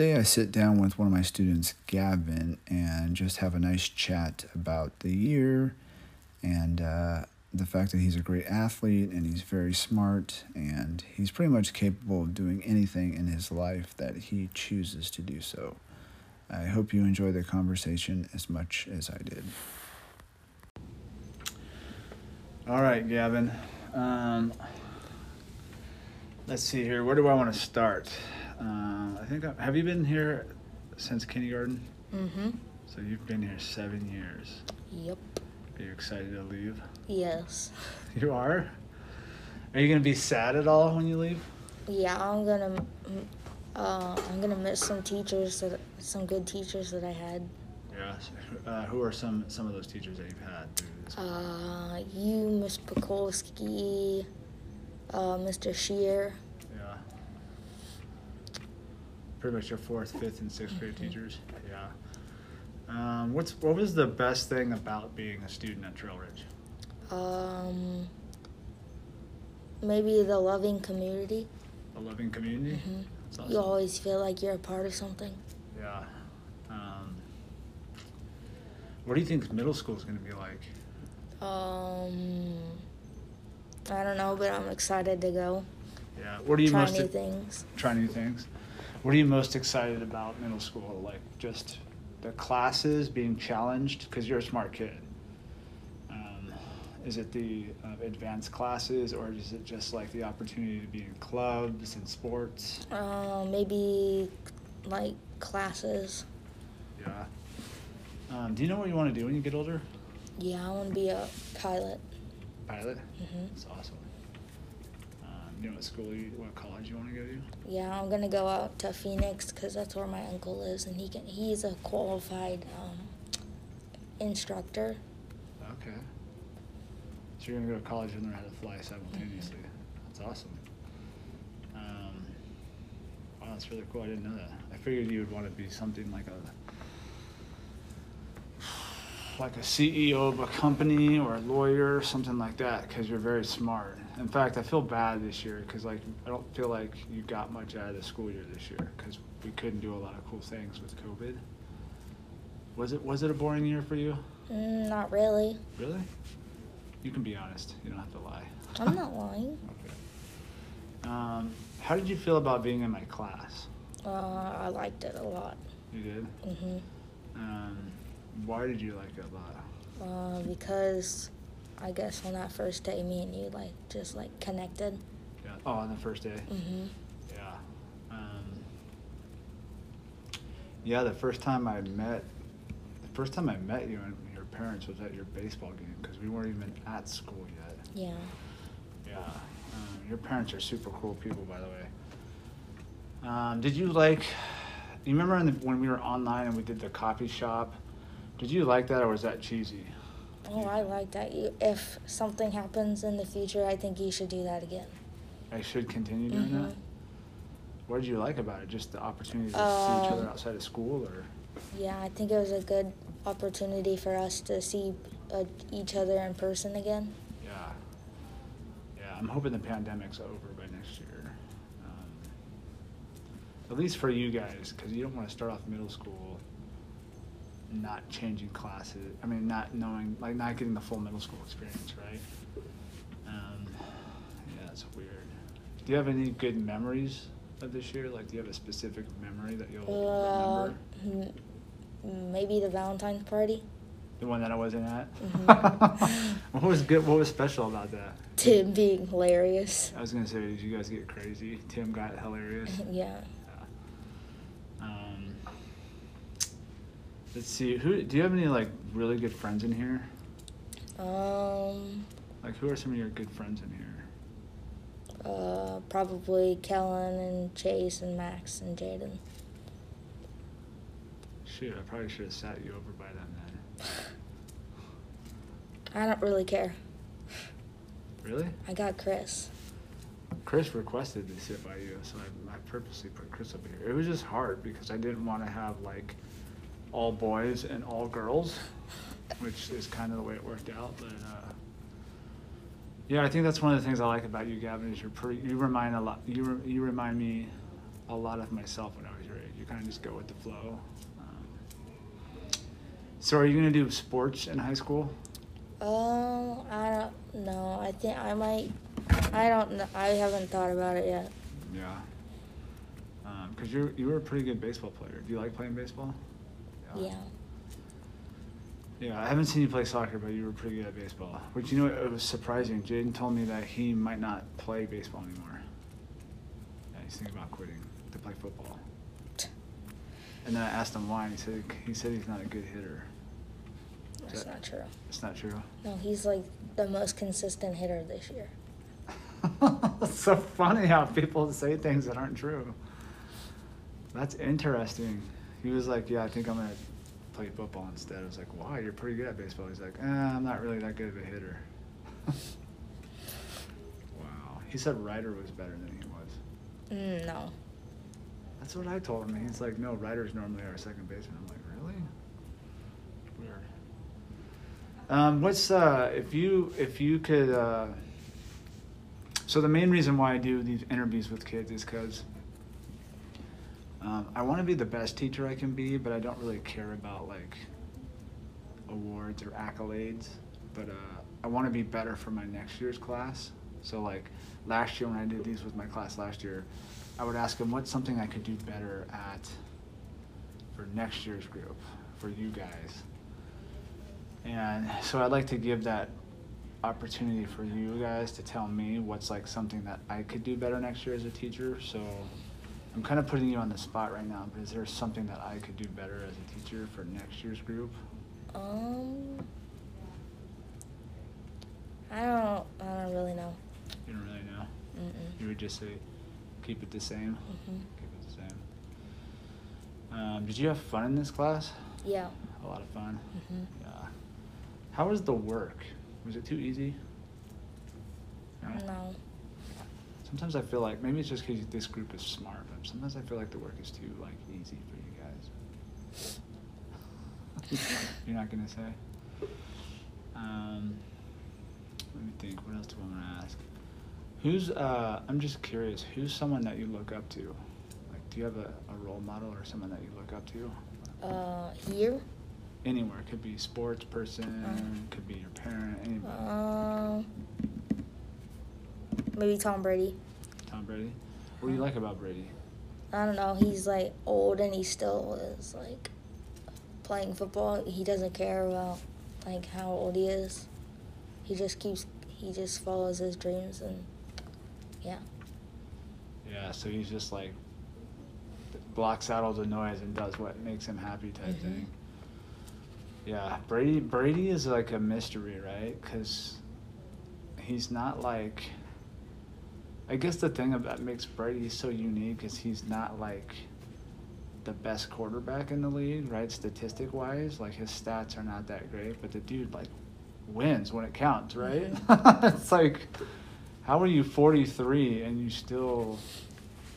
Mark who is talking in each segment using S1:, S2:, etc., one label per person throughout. S1: Uh, I sit down with one of my students, Gavin, and just have a nice chat about the year and uh, the fact that he's a great athlete and he's very smart and he's pretty much capable of doing anything in his life that he chooses to do so. I hope you enjoy the conversation as much as I did. All right, Gavin. Um, let's see here. Where do I want to start? Uh, I think. I, have you been here since kindergarten?
S2: Mm-hmm.
S1: So you've been here seven years.
S2: Yep.
S1: Are you excited to leave?
S2: Yes.
S1: You are. Are you gonna be sad at all when you leave?
S2: Yeah, I'm gonna. mm, Uh, I'm gonna miss some teachers that some good teachers that I had.
S1: Yes. Uh, who are some some of those teachers that you've had? through this?
S2: Uh, you, Miss Pekolski, uh, Mr. Shear.
S1: Yeah. Pretty much your fourth, fifth, and sixth grade teachers. Yeah. Um, what's what was the best thing about being a student at Trail Ridge?
S2: Um, maybe the loving community.
S1: A loving community.
S2: Mhm.
S1: That's
S2: You
S1: awesome.
S2: always feel like you're a part of something.
S1: Yeah. Um, what do you think middle school is going to be like?
S2: Um, I don't know, but I'm excited to go
S1: Yeah. What are you
S2: try
S1: most
S2: new things.
S1: try new things? What are you most excited about middle school? Like just the classes being challenged because you're a smart kid. Um, is it the uh, advanced classes or is it just like the opportunity to be in clubs and sports?
S2: Uh, maybe like classes.
S1: Yeah. Um, do you know what you want to do when you get older?
S2: Yeah, I want to be a pilot.
S1: Pilot.
S2: hmm
S1: That's awesome. Um, you know what school, you, what college you want to go to?
S2: Yeah, I'm gonna go out to Phoenix because that's where my uncle lives, and he can. He's a qualified um, instructor.
S1: Okay. So you're gonna go to college and learn how to fly simultaneously. That's awesome. Um, wow, that's really cool. I didn't know that. I figured you would want to be something like a like a CEO of a company or a lawyer, something like that, because you're very smart. In fact, I feel bad this year because like I don't feel like you got much out of the school year this year because we couldn't do a lot of cool things with COVID. Was it was it a boring year for you?
S2: Mm, not really.
S1: Really? You can be honest. You don't have to lie.
S2: I'm not lying.
S1: Okay. Um, how did you feel about being in my class?
S2: Uh, I liked it a lot.
S1: You did.
S2: hmm
S1: Um, why did you like it a lot?
S2: Uh, because I guess on that first day, me and you like just like connected.
S1: Yeah. Oh, on the first day.
S2: hmm
S1: Yeah. Um, yeah. The first time I met, the first time I met you and your parents was at your baseball game because we weren't even at school yet.
S2: Yeah.
S1: Yeah. Um, your parents are super cool people, by the way. Um, did you like? You remember in the, when we were online and we did the coffee shop? Did you like that, or was that cheesy?
S2: Oh, I like that. You, if something happens in the future, I think you should do that again.
S1: I should continue doing that.
S2: Mhm.
S1: What did you like about it? Just the opportunity to see each other
S2: Um,
S1: outside of school, or
S2: Yeah, I think it was a good opportunity for us to see uh, each other in person again.
S1: yeah, yeah. I'm hoping the pandemic's over by next year. Um, at least for you guys, because you don't want to start off middle school not changing classes. I mean, not knowing, like, not getting the full middle school experience, right? Um, yeah, it's weird. Do you have any good memories of this year? Like, do you have a specific memory that you'll
S2: Uh,
S1: remember?
S2: m- maybe the Valentine's party.
S1: The one that I wasn't at.
S2: Mhm.
S1: what was good? What was special about that?
S2: Tim being hilarious.
S1: I was gonna say, did you guys get crazy? Tim got hilarious.
S2: yeah.
S1: Yeah. Um, let's see. Who do you have any like really good friends in here?
S2: Um.
S1: Like, who are some of your good friends in here?
S2: Uh, probably Kellen and Chase and Max and Jaden.
S1: Shoot, I probably should have sat you over by them then.
S2: I don't really care.
S1: Really?
S2: I got Chris.
S1: Chris requested to sit by you, so I, I purposely put Chris up here. It was just hard because I didn't want to have like all boys and all girls, which is kind of the way it worked out. But uh, yeah, I think that's one of the things I like about you, Gavin. Is you're pretty. You remind a lot. You re, you remind me a lot of myself when I was your age. You kind of just go with the flow. Um, so, are you going to do sports in high school?
S2: Um, I don't know. I think I might. I don't know. I haven't thought about it yet.
S1: Yeah. Because you're you were a pretty good baseball player. Do you like playing baseball?
S2: Yeah.
S1: Yeah, I haven't seen you play soccer, but you were pretty good at baseball. Which you know, it was surprising. Jaden told me that he might not play baseball anymore. Yeah, he's thinking about quitting to play football. And then I asked him why, and he said he said he's not a good hitter.
S2: That's not true.
S1: It's not true.
S2: No, he's like the most consistent hitter this year.
S1: it's so funny how people say things that aren't true. That's interesting. He was like, "Yeah, I think I'm gonna play football instead." I was like, "Wow, you're pretty good at baseball." He's like, eh, "I'm not really that good of a hitter." wow. He said Ryder was better than he was.
S2: Mm, no.
S1: That's what I told him. He's like, "No, Ryder's normally our second baseman." I'm like, "Really?" Weird. Um, what's uh, if you if you could? Uh, so the main reason why I do these interviews with kids is because um, I want to be the best teacher I can be, but I don't really care about like awards or accolades. But uh, I want to be better for my next year's class. So like last year when I did these with my class last year, I would ask them what's something I could do better at for next year's group for you guys. And so I'd like to give that opportunity for you guys to tell me what's like something that I could do better next year as a teacher. So I'm kind of putting you on the spot right now, but is there something that I could do better as a teacher for next year's group?
S2: Um. I don't. I don't really know.
S1: You don't really know.
S2: Mm-mm.
S1: You would just say, keep it the same.
S2: Mhm.
S1: Keep it the same. Um, did you have fun in this class?
S2: Yeah.
S1: A lot of fun.
S2: Mhm.
S1: Yeah. How was the work? Was it too easy?
S2: No.
S1: Sometimes I feel like maybe it's just because this group is smart, but sometimes I feel like the work is too like easy for you guys. You're not gonna say. Um, let me think. What else do I want to ask? Who's uh? I'm just curious. Who's someone that you look up to? Like, do you have a, a role model or someone that you look up to?
S2: Uh, here.
S1: Anywhere. It could be sports person.
S2: Um,
S1: could be your parent. Any,
S2: Um. Maybe Tom Brady.
S1: Tom Brady. What do you like about Brady?
S2: I don't know. He's like old and he still is like playing football. He doesn't care about like how old he is. He just keeps. He just follows his dreams and yeah.
S1: Yeah, so he's just like blocks out all the noise and does what makes him happy type
S2: Mhm.
S1: thing. Yeah, Brady Brady is like a mystery, right? Cuz he's not like I guess the thing ab- that makes Brady so unique is he's not like the best quarterback in the league, right? Statistic wise, like his stats are not that great, but the dude like wins when it counts, right? it's like how are you 43 and you still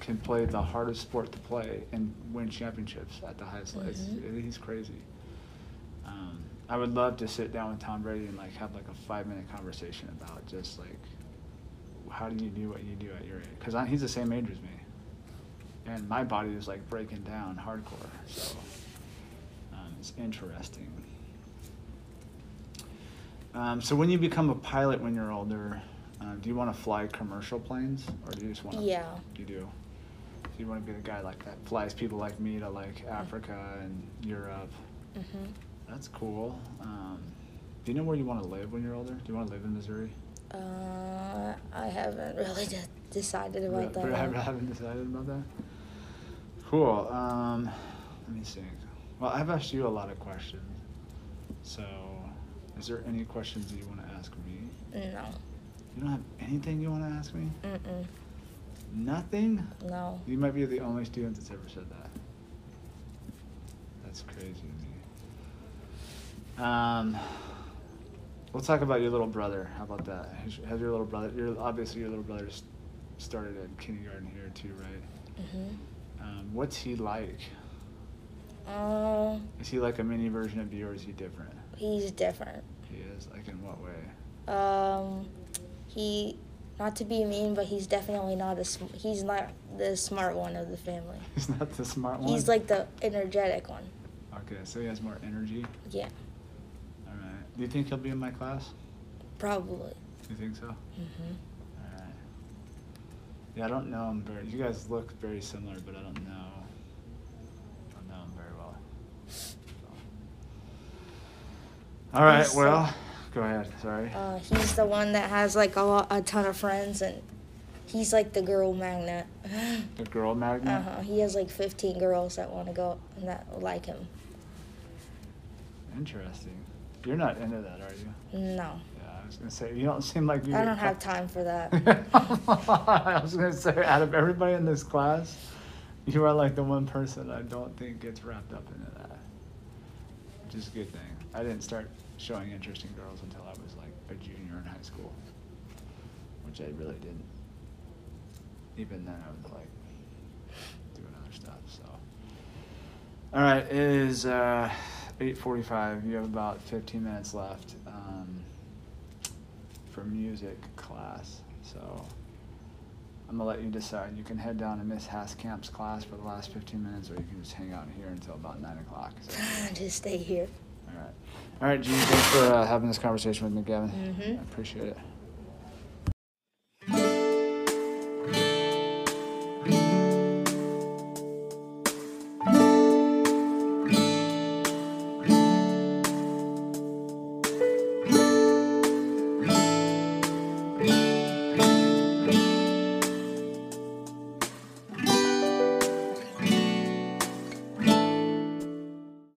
S1: can play the hardest sport to play and win championships at the highest level? It's-
S2: Mhm.
S1: it- He's crazy. Um, I would love to sit down with Tom Brady and like have like a five minute conversation about just like how do you do what you do at your age? Because he's the same age as me, and my body is like breaking down hardcore. So um, it's interesting. Um, so when you become a pilot when you're older, um, do you want to fly commercial planes or do you just want to?
S2: Yeah.
S1: You do. So you want to be the guy like that flies people like me to like Africa and Europe.
S2: Mhm.
S1: That's cool. Um, do you know where you want to live when you're older? Do you want to live in Missouri?
S2: Uh, I haven't really de- decided about
S1: Re- re-
S2: that.
S1: I
S2: yet.
S1: haven't decided about that. Cool. Um, let me think. Well, I've asked you a lot of questions. So, is there any questions that you want to ask me?
S2: No.
S1: You don't have anything you want to ask me?
S2: Mm-mm.
S1: Nothing?
S2: No.
S1: You might be the only student that's ever said that. That's crazy to me. Um, we'll talk about your little brother. How about that? Has, has your little brother? Your obviously your little brother s- started at kindergarten here too, right?
S2: Mhm.
S1: Um, what's he like?
S2: Um,
S1: Is he like a mini version of you, or is he different?
S2: he's different.
S1: He is. Like in what way?
S2: Um, he Not to be mean, but he's definitely not a sm- he's not the smart one of the family.
S1: He's not the smart one.
S2: He's like the energetic one.
S1: Okay, so he has more energy.
S2: Yeah,
S1: All right. Do you think he'll be in my class?
S2: probably.
S1: You think so?
S2: hmm
S1: All right. Yeah, I don't know him very. You guys look very similar, but I don't know. I don't know him very well. So. All right.
S2: He's so-
S1: Well, go ahead. Sorry.
S2: Uh, he's the one that has like a, lot, a ton of friends, and he's like the girl magnet.
S1: the girl magnet.
S2: uh huh. He has like 15 girls that want to go and that like him.
S1: Interesting. You're not into that, are you?
S2: No,
S1: Yeah, I was gonna say you don't seem like you.
S2: I
S1: would
S2: don't have
S1: cut-
S2: time for that.
S1: I was gonna say, out of everybody in this class, you are like the one person I don't think gets wrapped up into that. Which is a good thing. I didn't start showing interest in girls until I was like a junior in high school, which I really didn't. Even then, I was like doing other stuff. So, all right, it is uh, eight forty-five. You have about fifteen minutes left. Um, for music class. So I'm gonna let you decide. You can head down to Miss Haskamp's class for the last 15 minutes, or you can just hang out here until about nine o'clock. So,
S2: Just stay here.
S1: all right, all right, Gene. Thanks for uh, having this conversation with me, Gavin.
S2: Mhm.
S1: I appreciate it.